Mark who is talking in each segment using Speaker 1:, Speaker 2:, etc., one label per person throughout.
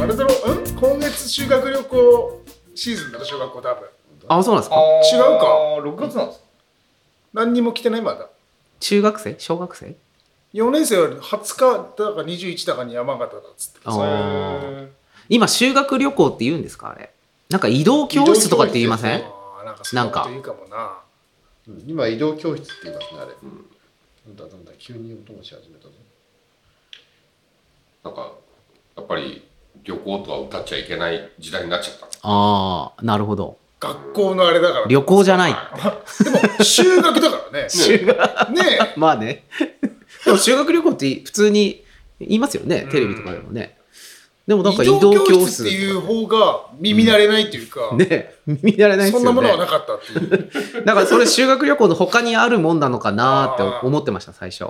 Speaker 1: あれだろうん今月修学旅行シーズンだろ小学校多分
Speaker 2: あそうなんです
Speaker 3: あ
Speaker 2: か
Speaker 3: ー
Speaker 1: 違うか
Speaker 3: 6月なんですか
Speaker 1: 何にも来てないまだ
Speaker 2: 中学生小学生
Speaker 1: 4年生より20日だか21だかに山形だっつってた
Speaker 2: あー
Speaker 3: へ
Speaker 2: 今修学旅行って言うんですかあれなんか移動教室とかって言いません
Speaker 1: あーなんかそんなこと言うかもな
Speaker 4: うん今移動教室って言いますねあれ、なんだなんだ急に音がし始めたぞ
Speaker 5: なんかやっぱり旅行とは歌っちゃいけない時代になっちゃった
Speaker 2: ああなるほど
Speaker 1: 学校のあれだから
Speaker 2: 旅行じゃない
Speaker 1: でも修学だから ね
Speaker 2: 修学
Speaker 1: ねえ
Speaker 2: まあね でも修学旅行って普通に言いますよねテレビとかでもねでもなんか移
Speaker 1: 移
Speaker 2: 動
Speaker 1: 動
Speaker 2: 教
Speaker 1: 教室
Speaker 2: 室
Speaker 1: っていう方が耳慣れないっていうか、
Speaker 2: ね見られないです
Speaker 1: そん
Speaker 2: よね
Speaker 1: なものはなかったっていう
Speaker 2: だからそれ修学旅行の他にあるもんなのかなーって思ってました最初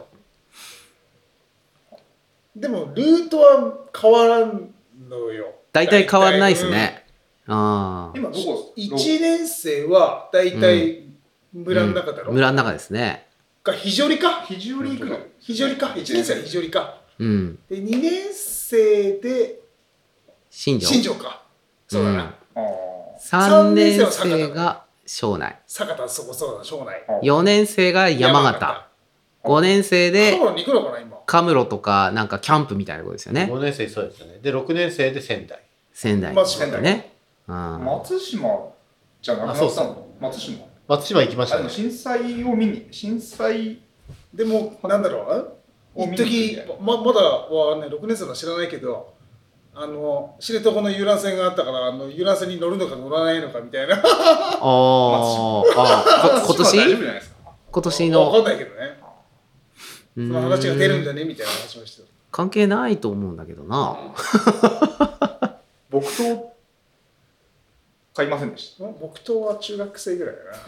Speaker 1: でもルートは変わらんのよ
Speaker 2: 大体変わんないですね、あ
Speaker 3: ー今どこ
Speaker 1: 1年生は大体村の中だろ、
Speaker 2: あ村の中ですね
Speaker 1: か肘折か肘折行くの肘折か1年生は肘折か
Speaker 2: うん
Speaker 1: で2年生で
Speaker 2: 新庄
Speaker 1: 新庄かそうだな、
Speaker 2: うん
Speaker 3: あ
Speaker 2: 3
Speaker 1: 三年
Speaker 2: 年
Speaker 1: 生は坂田
Speaker 2: 生が庄内
Speaker 1: 坂田そこそうだ庄内
Speaker 2: 4年生が山形5年生で
Speaker 1: そうに行くのかな今
Speaker 2: カムロとかなんかキャンプみたいなことですよね
Speaker 4: 5年生そうですよねで6年生で仙台
Speaker 2: 仙台
Speaker 1: まあ
Speaker 2: とかね、うん
Speaker 3: ー松島じゃなくな
Speaker 4: あそ
Speaker 3: っ
Speaker 4: う
Speaker 3: た
Speaker 4: そ
Speaker 3: の松島
Speaker 4: 松島行きまし
Speaker 3: あ
Speaker 4: た
Speaker 3: でも
Speaker 4: ね
Speaker 3: 震災を見に震災
Speaker 1: でもなんだろう
Speaker 3: を
Speaker 1: 一
Speaker 3: 見に
Speaker 1: 時
Speaker 3: 行く
Speaker 1: ままだはね6年生は知らないけどあの知床の遊覧船があったからあの遊覧船に乗るのか乗らないのかみたいな
Speaker 2: あー あーこ今年今年
Speaker 3: 松島は大丈夫じゃないですか
Speaker 1: わか
Speaker 2: の
Speaker 1: んないけどねそ
Speaker 2: そ
Speaker 1: の話が出るんだねみたいな話をしてた
Speaker 2: 関係ないと思うんだけどな
Speaker 3: 木刀買いませんでした
Speaker 1: 僕とは中学生ぐらいだな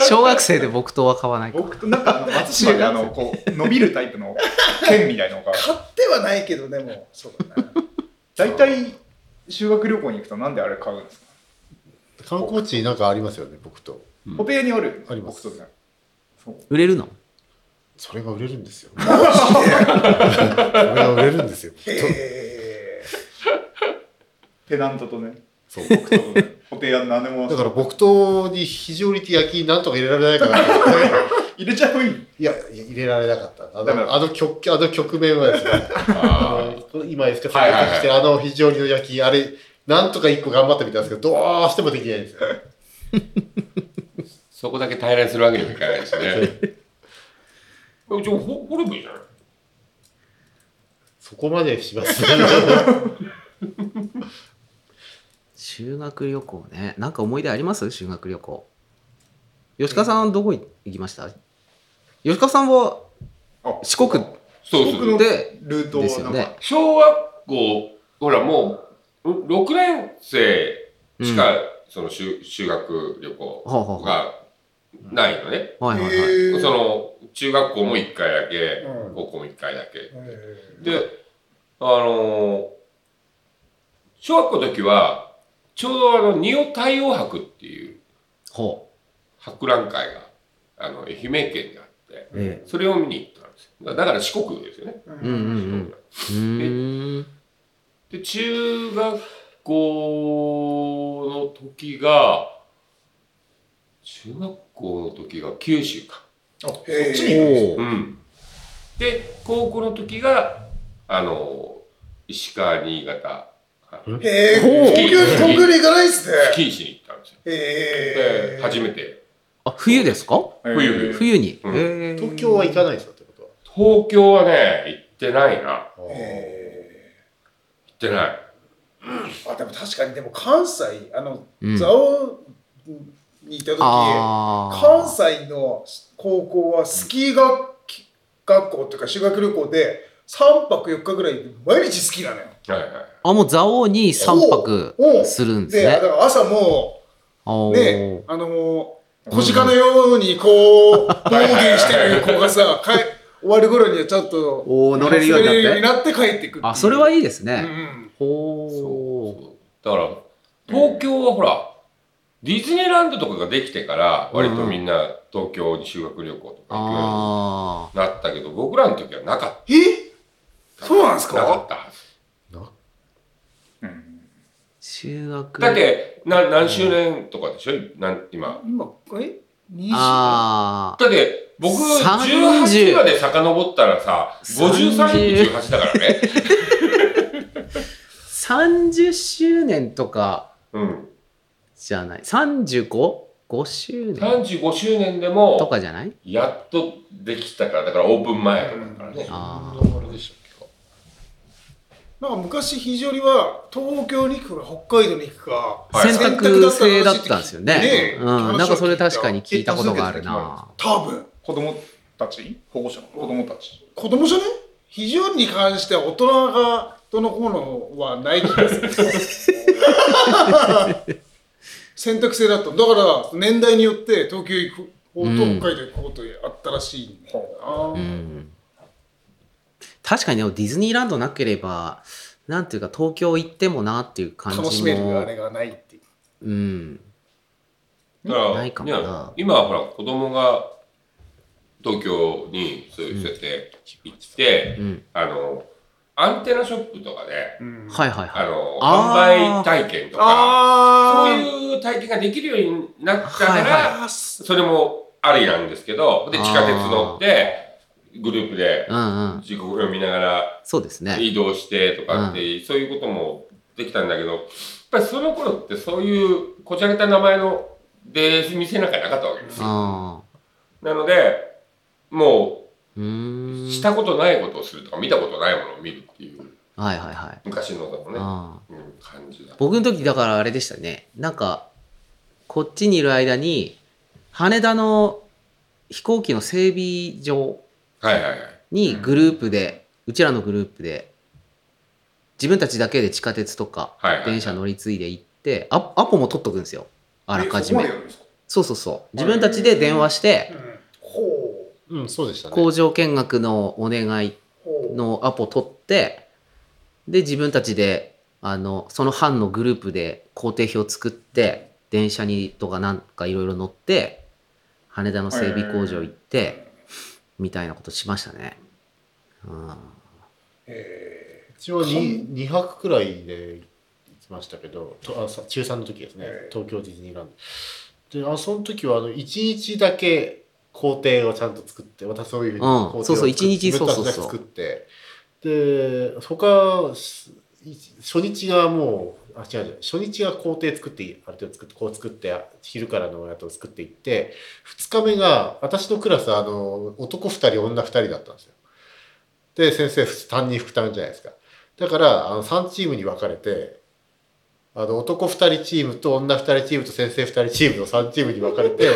Speaker 2: 小学生で木刀は買わない
Speaker 3: 僕となんかあ の松島であのこう伸びるタイプの剣みたいのが
Speaker 1: 買ってはないけどでもそうだ な
Speaker 3: 大体修学旅行に行くとなんであれ買うんですか
Speaker 4: 観光地なんかありますよね僕と
Speaker 3: 固定にある
Speaker 4: あります
Speaker 3: 木刀じゃないそう
Speaker 2: 売れるの
Speaker 4: それが売れるんで すよそれが売れるんですよ
Speaker 1: へえ
Speaker 3: ペナントとね
Speaker 4: そう
Speaker 3: 木刀とね固定は何で も
Speaker 4: だから木刀に非常に手焼きなんとか入れられないかなと思って
Speaker 3: 入れちゃうい
Speaker 4: いやいや入れられなかったあ
Speaker 3: ダメだ
Speaker 4: のあの曲あの局面はですねあの今ですけど、
Speaker 5: はいはいはい
Speaker 4: してあの非常にの焼きあれなんとか一個頑張ってみたんですけどどうしてもできないんですよ
Speaker 5: そこだけ平らにするわけにはいかないですね えじゃあほ掘ればいいじゃない
Speaker 4: そこまでし ますね
Speaker 2: 修学旅行ねなんか思い出あります修学旅行吉川さんどこ行きました吉川さんは
Speaker 3: あ
Speaker 2: 四国
Speaker 5: そう
Speaker 3: 僕の
Speaker 5: そう
Speaker 2: で
Speaker 3: ルートを
Speaker 2: ですよ
Speaker 3: なんか
Speaker 2: ね
Speaker 5: 小学校ほらもうん6年生しか、その修修学旅行
Speaker 2: ほうほうほ
Speaker 5: がないのね、
Speaker 2: うはいはいはい
Speaker 1: へえ
Speaker 5: その中学校も1回だけ、
Speaker 1: うん
Speaker 5: 高校も1回だけ
Speaker 1: へ
Speaker 5: であのー小学校の時はちょうどあの仁王太陽博っていう
Speaker 2: ほ
Speaker 5: 博覧会があの愛媛県にあって
Speaker 2: うえ
Speaker 5: それを見に行ったんですよだから四国ですよね、
Speaker 1: え
Speaker 2: えうんうんうんうーん
Speaker 5: で中学校の時が中学校の時が九州か
Speaker 1: あへえ
Speaker 3: そっちに
Speaker 2: ほう
Speaker 5: うんで高校の時があの石川新潟
Speaker 1: へえ
Speaker 2: ほう
Speaker 1: 東京東京に行かないっすね
Speaker 5: スキーしに行ったんですよ、
Speaker 1: へえ
Speaker 5: で初めて
Speaker 2: あ冬ですか
Speaker 5: 冬
Speaker 3: えー
Speaker 2: 冬に、
Speaker 5: うん
Speaker 2: へえ
Speaker 4: 東京は行かないですかってことは
Speaker 5: 東京はね行ってないな
Speaker 4: あー
Speaker 1: へ
Speaker 5: 行ってない
Speaker 1: ーあでも確かにでも関西あの
Speaker 2: うん
Speaker 1: 蔵王にいた時
Speaker 2: あー
Speaker 1: 関西の高校はスキー学学校っていうか修学旅行で3泊4日ぐらい毎日スキーなのよ
Speaker 5: はいはい
Speaker 2: あもう蔵王に三泊
Speaker 1: おうおう
Speaker 2: するんです
Speaker 1: でだ
Speaker 2: ね
Speaker 1: から朝も
Speaker 2: お
Speaker 1: う
Speaker 2: ー
Speaker 1: ねあのー小鹿のようにこう暴言してる子が さかえ終わる頃にはちょっと
Speaker 2: おー乗れるようになっ
Speaker 1: 乗れる
Speaker 2: て
Speaker 1: ようになって帰ってくる
Speaker 2: あそれはいいです
Speaker 1: う
Speaker 2: ね、
Speaker 1: ん
Speaker 2: ほう
Speaker 5: だから東京はほら、ディズニーランドとかができてから割とみんな東京に修学旅行とか行くよ
Speaker 2: あ
Speaker 5: うになったけど僕らの時はなかっ
Speaker 1: え
Speaker 5: た
Speaker 1: そうなんです
Speaker 5: なか
Speaker 1: か
Speaker 5: ったはず
Speaker 2: 修学
Speaker 5: だってな何周年とかでしょなん今
Speaker 1: 今え二十
Speaker 2: ああ
Speaker 5: だって僕
Speaker 2: 30
Speaker 5: 18まで遡ったらさ53
Speaker 2: 30
Speaker 5: と18だからね
Speaker 2: 30周年とか
Speaker 5: うん
Speaker 2: じゃない 35?5 周年
Speaker 5: 35周年で
Speaker 2: と
Speaker 5: も
Speaker 2: かじゃない
Speaker 5: やっとできたからだからオープン前とかだからね
Speaker 2: あ
Speaker 4: そんなあれでしたっ
Speaker 1: なんか昔肘折は東京に行くか北海道に行くか
Speaker 5: はい
Speaker 2: 選択制だったんですよね。うん、なんかそれ確かに聞いたことがあるな。
Speaker 1: 多分
Speaker 3: 子供たち保護者の子供たち
Speaker 1: 子供じゃね肘折に関しては大人がどのこうのはない気がする選択制だっただから年代によって東京行く方と
Speaker 2: うん
Speaker 1: 北海道行く方とあったらしいんだよ
Speaker 2: う
Speaker 1: な、
Speaker 2: ん、確かにでもディズニーランドなければ、なんていうか東京行ってもなっていう感じも。
Speaker 1: 楽しめるあれがないっていう
Speaker 2: うん。
Speaker 5: だから
Speaker 2: ないかもな
Speaker 5: ね今はほら子供が東京にそういうそうやって行って、
Speaker 2: うん。
Speaker 5: あのアンテナショップとかで、
Speaker 2: はいはい
Speaker 5: あ
Speaker 2: はい。
Speaker 5: の
Speaker 2: あー
Speaker 5: 販売体験とか
Speaker 1: あ
Speaker 5: そう
Speaker 1: ー
Speaker 5: いう体験ができるようになったから、
Speaker 2: はいは
Speaker 1: あー
Speaker 5: それもありなんですけどで地下鉄乗ってグループで
Speaker 2: うんうん。
Speaker 5: 時刻表見ながら
Speaker 2: そうですね。
Speaker 5: 移動してとかって、そういうこともできたんだけどやっぱりその頃ってそういうこじゃれた名前の出店なんかなかったわけですよ。
Speaker 2: ああ。
Speaker 5: なのでも
Speaker 2: うー。
Speaker 5: うんしたことないことをするとか見たことないものを見るっていう
Speaker 2: はいはいはい。
Speaker 5: 昔のだもね、
Speaker 2: ああ。
Speaker 5: うん、感じだ
Speaker 2: 僕の時だからあれでしたねなんかこっちにいる間に羽田の飛行機の整備場
Speaker 5: はいはいはい
Speaker 2: にグループで、うちらのグループで自分たちだけで地下鉄とか
Speaker 5: はいはいはい
Speaker 2: 電車乗り継いで行って、アアポも取っとくんですよあらかじめ
Speaker 3: えそこまでやるんですか
Speaker 2: そうそうそう自分たちで電話して
Speaker 1: ほ
Speaker 4: けうんそうでしたね
Speaker 2: 工場見学のお願いう
Speaker 1: ほう
Speaker 2: のアポ取ってで自分たちであのその班のグループで工程表作って電車にとかなんかいろいろ乗って羽田の整備工場行ってみたいなことしましたね。うん、
Speaker 1: え
Speaker 4: 一応 2, 二泊くらいで行きましたけどとあさ中3の時ですね
Speaker 1: ええ
Speaker 4: 東京ディズニーランドであその時はあの1日だけ工程をちゃんと作って私そういうふうに
Speaker 2: うん
Speaker 4: 工程を
Speaker 2: そうそう
Speaker 4: 作っ
Speaker 2: 一日
Speaker 4: 自分たち
Speaker 2: そうそうそう
Speaker 4: だけ作ってで他し初日がもうあ違う違う初日が工程作ってある程度作ってこう作って昼からのやつを作っていって2日目が私のクラスあの男2人女2人だったんですよで先生担任副担任じゃないですかだからあの3チームに分かれてあの男2人チームと女2人チームと先生2人チームの3チームに分か れて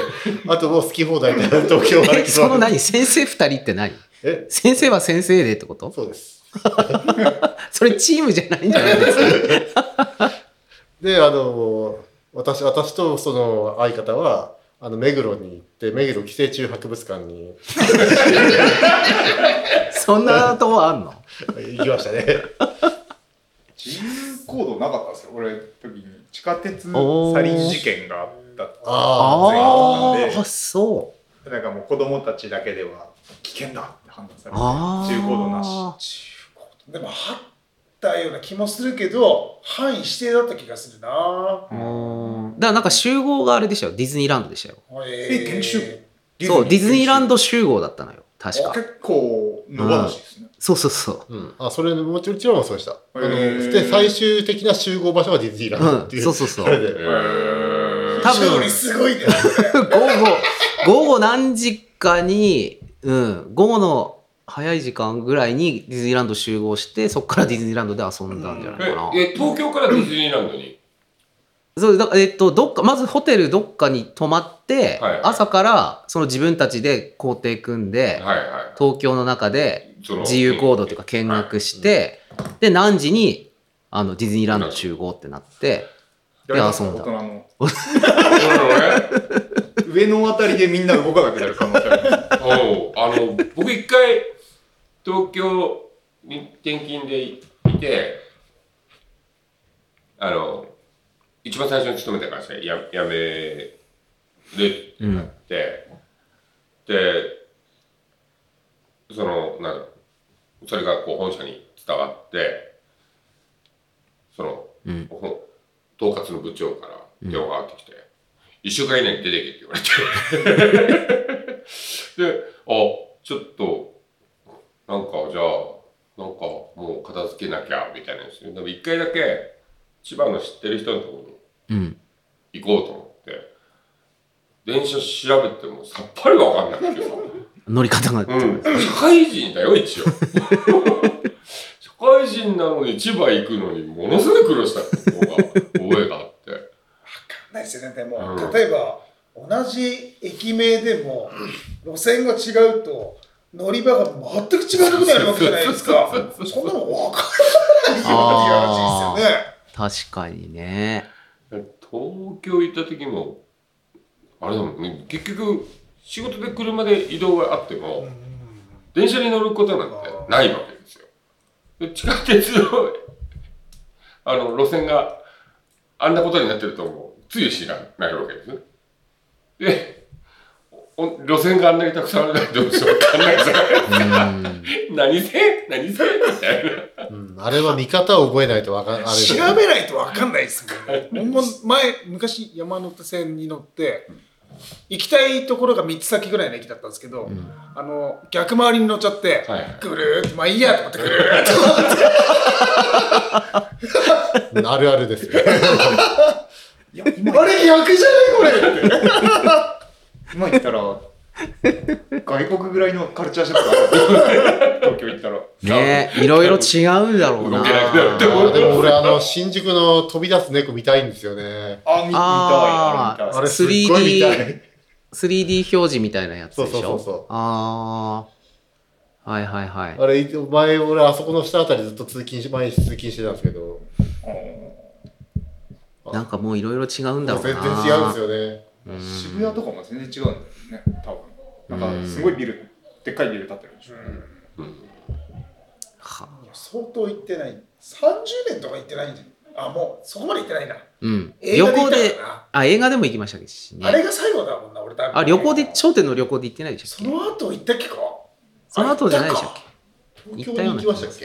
Speaker 4: あともう好き放題な東京を歩き回
Speaker 2: え
Speaker 4: る
Speaker 2: その何先生2人って何
Speaker 4: え
Speaker 2: 先生は先生でってこと
Speaker 4: そうです
Speaker 2: それチームじゃないんじゃないですか
Speaker 4: であの私私とその相方はあの目黒に行って目黒寄生虫博物館に
Speaker 2: そんなとこあんの
Speaker 4: 行きまし たね
Speaker 3: 自由行動なかったんですよ俺の時に地下鉄
Speaker 2: おー
Speaker 3: サリン事件があった
Speaker 4: あ
Speaker 2: あ
Speaker 3: 全員
Speaker 2: ーあそう
Speaker 3: なんかもう子供たちだけでは危険だって判断されて
Speaker 2: あー
Speaker 3: 自由行動なし
Speaker 1: ーでもはったような気もするけど範囲指定だった気がするな、
Speaker 2: うんだからなんか集合があれでしたよディズニーランドでしたよ
Speaker 1: え
Speaker 3: 研修
Speaker 2: そう、ディズニーランド集合だったのよ。確か。
Speaker 3: 結構野放しですね
Speaker 2: そうそうそ
Speaker 4: うん、あそれもちろんそうでした。あの
Speaker 3: へー
Speaker 4: で最終的な集合場所はディズニーラン
Speaker 2: う。う
Speaker 4: ドっ
Speaker 2: ん
Speaker 4: てい、う、
Speaker 2: そうそうそ
Speaker 4: あれ
Speaker 2: う。
Speaker 5: え
Speaker 4: で
Speaker 5: ー
Speaker 2: 多
Speaker 1: 勝
Speaker 2: 分
Speaker 1: 利、すごいね
Speaker 2: 午後、午後何時かに、うん、午後の早い時間ぐらいにディズニーランド集合して、そこからディズニーランドで遊んだんじゃないかな。
Speaker 5: ええ東京からディズニーランドに
Speaker 2: そうだからえっと、どっか、まずホテルどっかに泊まって、
Speaker 5: はい
Speaker 2: 朝からその自分たちで工程組んで、
Speaker 5: はいは
Speaker 2: 東京の中で
Speaker 5: いその
Speaker 2: 自由行動というか見学して、で、何時にあのディズニーランド集合ってなって、
Speaker 3: やります
Speaker 2: いやそ
Speaker 3: 大
Speaker 2: うだ
Speaker 3: 人の
Speaker 5: はいなるほどね
Speaker 3: 上のあたりでみんな動かなくなる可能性ある
Speaker 5: おうあの僕一回東京に転勤でいてあの一番最初に勤めた会社や辞めるってなって、でそのなんだろうそれがこう本社に伝わってその、
Speaker 2: うん
Speaker 5: ほ統括の部長から電話がかかってきて、一週間以内に出てけって言われて。で、あ、ちょっと、なんかじゃあ、なんかもう片付けなきゃみたいなんですよ。でも一回だけ千葉の知ってる人のところに
Speaker 2: うん。
Speaker 5: 行こうと思って、電車調べてもさっぱりわかんなくてさ。
Speaker 2: 乗り方が。
Speaker 5: うん、社会人だよ、一応。 社会人なのに千葉行くのにものすごい苦労したことが覚えがあって。
Speaker 1: ないですよねでも、
Speaker 5: うん
Speaker 1: 例えば同じ駅名でも路線が違うと乗り場が全く違うところにあるわけじゃないですか
Speaker 5: そうそうそうそ
Speaker 1: そん
Speaker 5: う
Speaker 1: なの分からないよっていう話ですよね
Speaker 2: 確かにね。
Speaker 5: 東京行った時も、あれだもんね、結局仕事で車で移動があっても、電車に乗ることなんてないわけですよ。で地下鉄の、 あの、路線があんなことになってるともう、つゆ知らないわけですね。で、お路線があんなにたくさんあるのにどうしようわかんないじゃない
Speaker 2: うん。
Speaker 5: 何せ何せみたいな。
Speaker 4: うん、あれは見方を覚えないとわかんあれだよ
Speaker 1: 調べないと分かんないですもんね ほんま前昔山手線に乗って行きたいところが3つ先ぐらいの駅だったんですけど、あの逆回りに乗っちゃって、
Speaker 5: はいはい
Speaker 1: ぐるーっとまあいいやと思ってぐるーっと
Speaker 4: うんあるあるです よ。
Speaker 3: いや、
Speaker 1: あれ逆じゃないこれって
Speaker 3: 今言ったら、外国ぐらいのカルチャーショックある東京行ったら。
Speaker 2: ねいろいろ違うんだろう
Speaker 5: 動けなくなる
Speaker 2: な
Speaker 5: って。思って
Speaker 4: で
Speaker 5: ま
Speaker 4: も俺あの新宿の飛び出す猫見たいんですよね。
Speaker 3: あ、見見たい。あれ見た
Speaker 4: あ
Speaker 3: い
Speaker 4: れすっごい見 たい。
Speaker 2: 3D 表示みたいなやつでしょ
Speaker 4: そうそうそうそう
Speaker 2: ああ。はいはいはい。
Speaker 4: あれ前俺あそこの下あたりずっと通勤し毎日通勤してたんですけど、
Speaker 2: なんかもういろいろ違うんだろ
Speaker 4: 全
Speaker 2: う
Speaker 4: 然
Speaker 2: な。
Speaker 4: 違うんですよね。
Speaker 3: うん渋谷とかも全然違うんだよね、多分。なんか、すごいビル、でっかいビル建ってるでしょ。
Speaker 2: はあ
Speaker 1: 相当行ってない30年とか行ってないんじゃんあもうそこまで行ってないな
Speaker 2: うん。
Speaker 1: 映
Speaker 2: 旅
Speaker 1: 画で行
Speaker 2: 行
Speaker 1: った
Speaker 2: で
Speaker 1: か、ら
Speaker 2: あ、映画でも行きましたし
Speaker 1: なあれ
Speaker 2: ね。
Speaker 1: が最後だもんな俺多分
Speaker 2: あ、旅行で、頂点の旅行で行ってないでした
Speaker 1: そ
Speaker 2: っけ
Speaker 1: の後行ったっけか
Speaker 2: その後じゃないでしたっ
Speaker 4: 東京に行きましたっけ？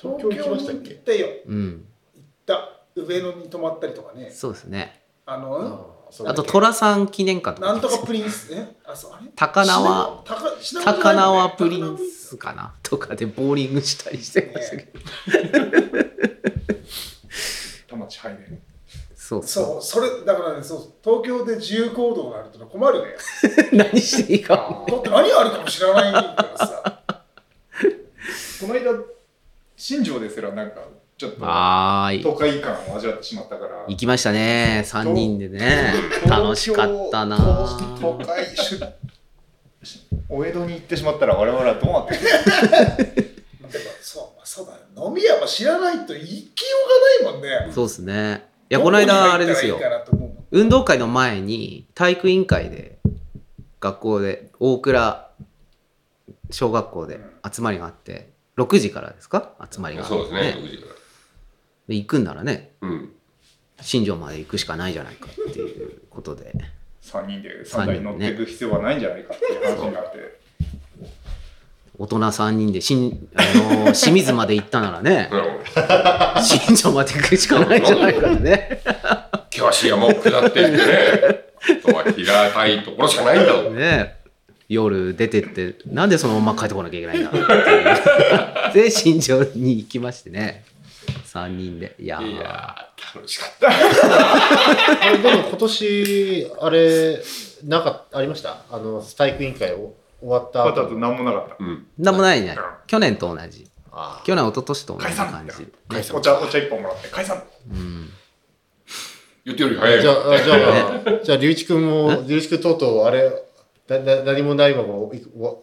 Speaker 1: 東京
Speaker 4: 東京
Speaker 1: に
Speaker 4: 行きましたっ
Speaker 1: 行
Speaker 4: け
Speaker 1: っ？たよ
Speaker 2: うん。
Speaker 1: 行った上野に泊まったりとかね
Speaker 2: そうですね。
Speaker 1: あの
Speaker 4: そうだ
Speaker 2: あ
Speaker 4: っ
Speaker 2: と、
Speaker 4: け
Speaker 2: 寅さん記念館とか
Speaker 1: な
Speaker 2: 行
Speaker 1: ん
Speaker 2: きま
Speaker 1: と
Speaker 2: した。
Speaker 1: かプリンスねあそうあれ
Speaker 2: 高輪、
Speaker 1: 高品川
Speaker 2: 高輪プリ
Speaker 1: 高
Speaker 2: ン
Speaker 1: 輪
Speaker 2: スかなとかでボーリングしたりしてましたけど。
Speaker 3: 田町ハイね。
Speaker 2: そうそう。
Speaker 1: そうそれだからねそう東京で自由行動があると困るね
Speaker 2: 何していいか。
Speaker 1: だって何あるかも知らないからさ
Speaker 3: この間、新庄ですらなんか、ちょっと、
Speaker 2: はーい。
Speaker 3: 都会感を味わってしまったから。
Speaker 2: 行きましたね。3人でね。楽しかったな
Speaker 3: 東京都会出お江戸に行ってしまったら我々はどうなってる
Speaker 1: でもそうまあそうだよ飲み屋は知らないと行きようがないもんね
Speaker 2: そうですね。いや、この間、あれですよ
Speaker 1: ど。こに入ったらいいかなと思うもん
Speaker 2: 運動会の前に、体育委員会で、学校で、大倉小学校で集まりがあって、6時からですか集まりがあって。
Speaker 5: そうですね、6時から。
Speaker 2: で行くんならね、
Speaker 5: うん。
Speaker 2: 新庄まで行くしかないじゃないかっていうことで。
Speaker 3: 3人で3台に乗っていく必要はないんじゃないかっていう話になって、
Speaker 2: 大人3人でしん、あのー清水まで行ったなら ね
Speaker 5: あ、の
Speaker 2: 新庄まで行くしかないじゃないからね。
Speaker 5: 険しい山を下っていってね、あとは平たいところしかないんだもん。
Speaker 2: ね夜出てって、なんでそのまま帰ってこなきゃいけないんだって いうで、新庄に行きましてね。3人で。いやー
Speaker 5: いやー、楽しかった。
Speaker 4: あれでも今年あれなんかありました？あの体育委員会を終わった
Speaker 3: また
Speaker 4: 後
Speaker 3: あと何もなかった
Speaker 5: うん。
Speaker 2: なんもないね。去年と同じ。
Speaker 4: あー
Speaker 2: 去年、一昨年と同じ感じ。
Speaker 3: 解散お茶お茶1本もらって解散
Speaker 2: うん。
Speaker 5: 言ってより早い。
Speaker 4: じゃあ、じゃあ、じゃあ、龍一君も、龍一君とうとう、あれ、な、な、何もないまま、いわ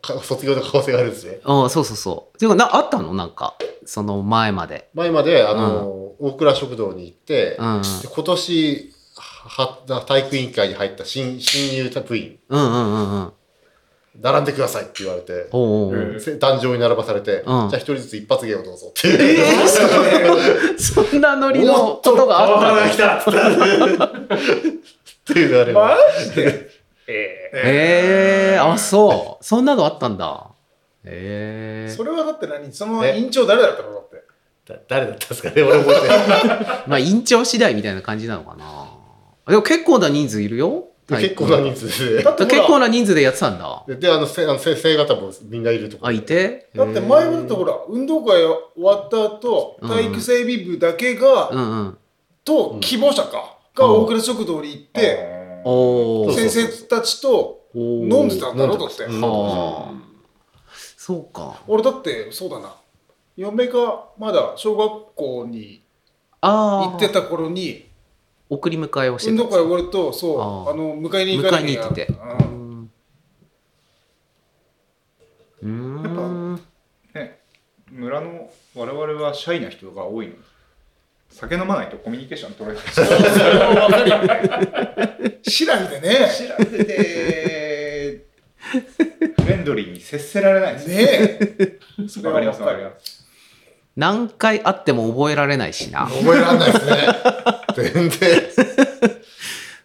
Speaker 4: か卒業の可能性があるんですね。
Speaker 2: ああ、そうそうそう。ていうか、な、あったのなんか、その前まで。
Speaker 4: 前まで、あの、大倉食堂に行って、
Speaker 2: うんうん
Speaker 4: で今年、は、は体育委員会に入った新、新入部員、
Speaker 2: うんうんうんうん。
Speaker 4: 並んでくださいって言われて、
Speaker 2: おうおうおう。
Speaker 3: え
Speaker 4: せ壇上に並ばされ
Speaker 2: う
Speaker 4: て、
Speaker 2: ん
Speaker 4: じゃあ一人ずつ一発芸をどうぞってい う。
Speaker 2: そんなノリのことがあったの
Speaker 4: 来たっつって。っていうのあれば。
Speaker 2: ええー、あ、そう。そんなのあったんだ。ええ
Speaker 1: それはだって何その
Speaker 4: ね
Speaker 1: 委員長誰だったのだって
Speaker 4: だ誰だったんですかね俺覚えてない
Speaker 2: まあ、院長次第みたいな感じなのかな。でも結構な人数いるよ。
Speaker 4: 結構な人数で。
Speaker 1: だっ
Speaker 2: 結構な人数でやってたんだ。
Speaker 4: で、あの、せあ の先生方もみんないるとこ
Speaker 2: あ、いて
Speaker 1: だって前もだってほら運動会終わった後
Speaker 2: うん
Speaker 1: 体育整備部だけが、
Speaker 2: うんうん。
Speaker 1: と希望者か、が大倉食堂に行って、
Speaker 3: で、
Speaker 2: お
Speaker 4: うん
Speaker 1: 先
Speaker 2: ー。
Speaker 1: 生たちと飲んでたんだろだって、
Speaker 4: うん
Speaker 2: はあ。そうか。
Speaker 1: 俺だってそうだな嫁がまだ小学校に
Speaker 2: ああ。
Speaker 1: 行ってた頃に
Speaker 2: 送り迎えをして
Speaker 1: 運動会
Speaker 2: た
Speaker 1: 終わるとそう
Speaker 2: あ
Speaker 1: あ
Speaker 2: ー
Speaker 1: の迎えに行かなきゃいけない
Speaker 2: 迎えに行ってて
Speaker 1: うん
Speaker 2: んうーん。
Speaker 3: ね、村の我々はシャイな人が多いの酒飲まないとコミュニケーション取れない
Speaker 1: シラフでね
Speaker 3: 知らせてフレンドリーに接せられないですね
Speaker 1: ねえそれ
Speaker 3: わ
Speaker 1: は
Speaker 3: かりま
Speaker 1: 分
Speaker 3: す
Speaker 1: か
Speaker 3: わかり
Speaker 1: る
Speaker 3: ます
Speaker 2: 何回会っても覚えられないしな。
Speaker 4: 覚えられない ですね。全然。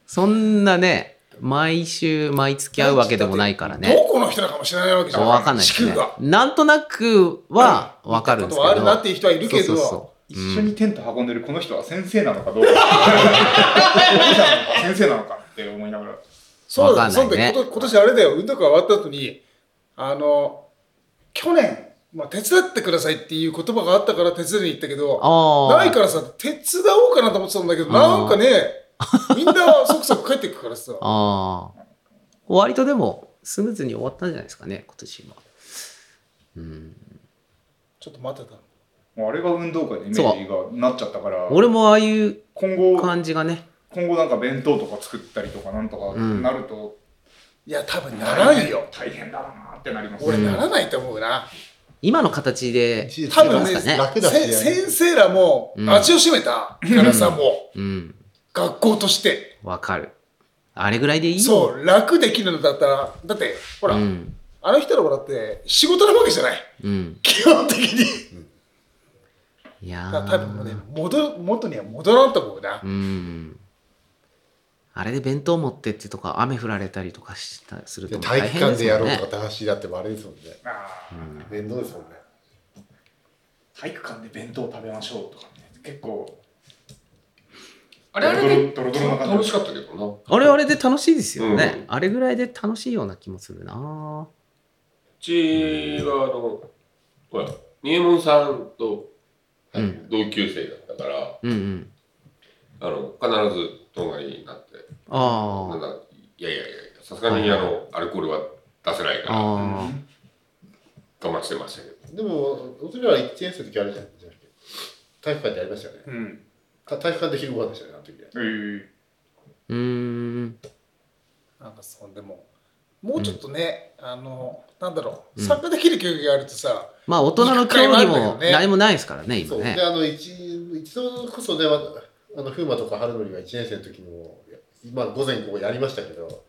Speaker 2: そんなね、毎週、毎月会うわけでもないからね。
Speaker 1: どこの人なのかも知らないわけじゃん
Speaker 2: わかんないで
Speaker 1: 地
Speaker 2: す
Speaker 1: 区
Speaker 2: ね
Speaker 1: が。
Speaker 2: なんとなくはわかるんです
Speaker 1: 見たこと
Speaker 2: けど。
Speaker 1: はあるなっていう人はいるけど
Speaker 2: そうそうそ
Speaker 3: 一緒にテント運んでるこの人は先生なのかどうかおじさんなのか先生なのかって思いながら
Speaker 1: そう
Speaker 2: わか
Speaker 1: だ、
Speaker 2: んな
Speaker 1: そ
Speaker 2: いう
Speaker 1: だ
Speaker 2: ね
Speaker 1: よこと今年あれだよ運動会終わった後にあの去年、まあ、手伝ってくださいっていう言葉があったから手伝いに行ったけど
Speaker 2: うああ。
Speaker 1: ないからさ、手伝おうかなと思ってたんだけど、
Speaker 2: あー
Speaker 1: なんかね、みんなそくそく帰ってくからさ。
Speaker 2: ああ。割とでも、スムーズに終わったんじゃないですかね、今年は。うん、
Speaker 1: ちょっと待ってたの。
Speaker 3: もうあれが運動会のイメージがなっちゃったから
Speaker 2: 俺もああいう
Speaker 3: 今後
Speaker 2: 感じがね、
Speaker 3: 今後なんか弁当とか作ったりとかなんとかなると、
Speaker 1: いや、多分ならんよ。
Speaker 3: 大変だろうなってなります
Speaker 1: 俺
Speaker 3: ね
Speaker 1: ならないと思うな。
Speaker 2: 今の形で、
Speaker 1: 多分
Speaker 2: そうですか
Speaker 1: ね、
Speaker 2: ね
Speaker 4: 楽だし、
Speaker 1: せ先生らも
Speaker 2: うん
Speaker 1: 味を占めたからさ、もう
Speaker 2: うん、
Speaker 1: 学校として。
Speaker 2: わかる。あれぐらいでいいよ。
Speaker 1: そう、楽できるのだったら、だって、ほら
Speaker 2: う、ん。
Speaker 1: あの人らもだって仕事なわけじゃない。
Speaker 2: うん。
Speaker 1: 基本的に。
Speaker 2: いや
Speaker 1: だから
Speaker 2: ー
Speaker 1: 多分ね、戻る、元には戻らんと思うな
Speaker 2: う。ん。あれで弁当持ってってとか、雨降られたりとかしたするとも
Speaker 4: で体
Speaker 2: 大
Speaker 4: 育
Speaker 2: 変で
Speaker 4: 館
Speaker 2: す
Speaker 4: でや
Speaker 2: よ
Speaker 4: ろう
Speaker 2: ね
Speaker 4: とか。って話だってもあれですもんね。
Speaker 3: あー
Speaker 4: 面倒ですもんね。
Speaker 3: 体育館で弁当食べましょうとかね結構
Speaker 5: あれあれで
Speaker 3: ドロドロドロドロな感じ
Speaker 5: 楽しかったけどな。
Speaker 2: あれあれで楽しいですよね。
Speaker 5: う
Speaker 2: あれぐらいで楽しいような気もするな。
Speaker 5: うちはあの、ほら、仁右衛門さんと
Speaker 2: うん
Speaker 5: 同級生だったから、
Speaker 2: うんうん。
Speaker 5: あの、必ず当該になって、な
Speaker 2: あ
Speaker 5: んだ、いやいやいやいや、さすがにあの、アルコールは出せない
Speaker 2: あ。
Speaker 5: から、
Speaker 2: ああ。
Speaker 5: 我慢してましたけど。
Speaker 4: でも、おとらは1年生の時あれじゃないですか。体育館でやりましたよね。
Speaker 3: うん
Speaker 4: た体育館で昼ご飯でしたよね、あの時ね。
Speaker 3: えー
Speaker 2: うーん。
Speaker 1: なんかそんでももうちょっとね、あのなんだろう
Speaker 2: うん
Speaker 1: 参加できる競技があるとさ、
Speaker 2: まあ大人の
Speaker 1: 一
Speaker 2: 興味も
Speaker 1: 回もあるんだよね
Speaker 2: 何もないですからね、今
Speaker 4: そう。
Speaker 2: ね
Speaker 4: で、。あの、一一度こそね、まあの、風磨とか春典が1年生の時にも、今、午前午後やりましたけど、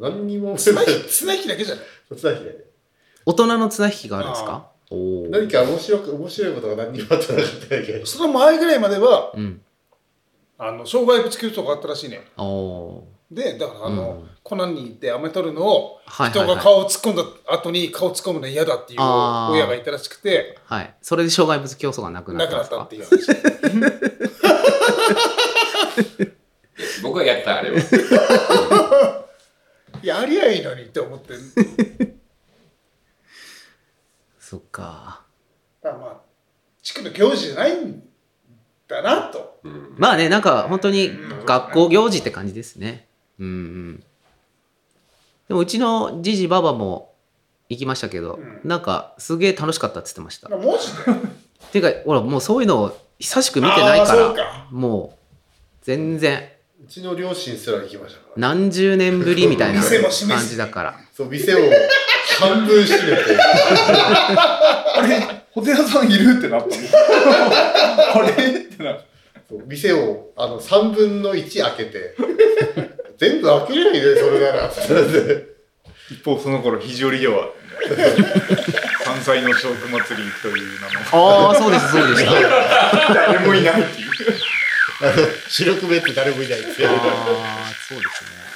Speaker 4: 何にも
Speaker 1: 綱引き綱引きだけじゃない
Speaker 4: おつなひで。
Speaker 2: 大人の綱引きがあるんですかおおー。
Speaker 4: 何か面白く、面白いことが何にもあったらなかったけど。
Speaker 1: その前ぐらいまでは
Speaker 2: うん。
Speaker 1: あの障害物競争があったらしいね
Speaker 2: おお
Speaker 1: でだからあの、
Speaker 2: うん
Speaker 1: コナンに行って飴取るのを
Speaker 2: ー。はいは
Speaker 1: 人
Speaker 2: いは
Speaker 1: が
Speaker 2: い。
Speaker 1: 顔を突っ込んだ後に顔突っ込むの嫌だっていう
Speaker 2: あー
Speaker 1: 親がいたらしくて
Speaker 2: はい。それで障害物競争がなくな
Speaker 1: な
Speaker 2: っ
Speaker 1: く
Speaker 2: たん
Speaker 1: な
Speaker 2: で
Speaker 1: っ
Speaker 2: す
Speaker 1: た
Speaker 2: か
Speaker 1: っていう話
Speaker 5: 僕はやった、あれは。
Speaker 1: いやありゃいいのにって思ってだか
Speaker 2: そっか。
Speaker 1: らまあ地区の行事じゃないんだなと
Speaker 5: うん。
Speaker 2: まあね、なんか本当に学校行事って感じですね。うんうん。でもうちのじじばばも行きましたけど、
Speaker 1: うん
Speaker 2: なんかすげえ楽しかったって言ってました。
Speaker 1: 文字で
Speaker 2: ていうか、ほら、もうそういうのを久しく見てないか
Speaker 1: あーそう
Speaker 2: ら、
Speaker 1: か
Speaker 2: もう全然。
Speaker 4: うちの両親すら行きましたから。
Speaker 2: 何十年ぶりみたいな
Speaker 1: 店も閉めず
Speaker 2: 感じだから。
Speaker 4: そう、店を半分閉めて。
Speaker 3: あれホテルさんいるってなったの あれってな
Speaker 4: そう店をあの3分の1開け て全部開けれないでそれな ら
Speaker 3: 一方その頃肘折では 関西のショート祭りという名の
Speaker 2: ああ、そうです、そう でした。あ
Speaker 3: 誰もいないっていう
Speaker 4: 主力目って誰もいないんですよ
Speaker 2: あ、そうですね。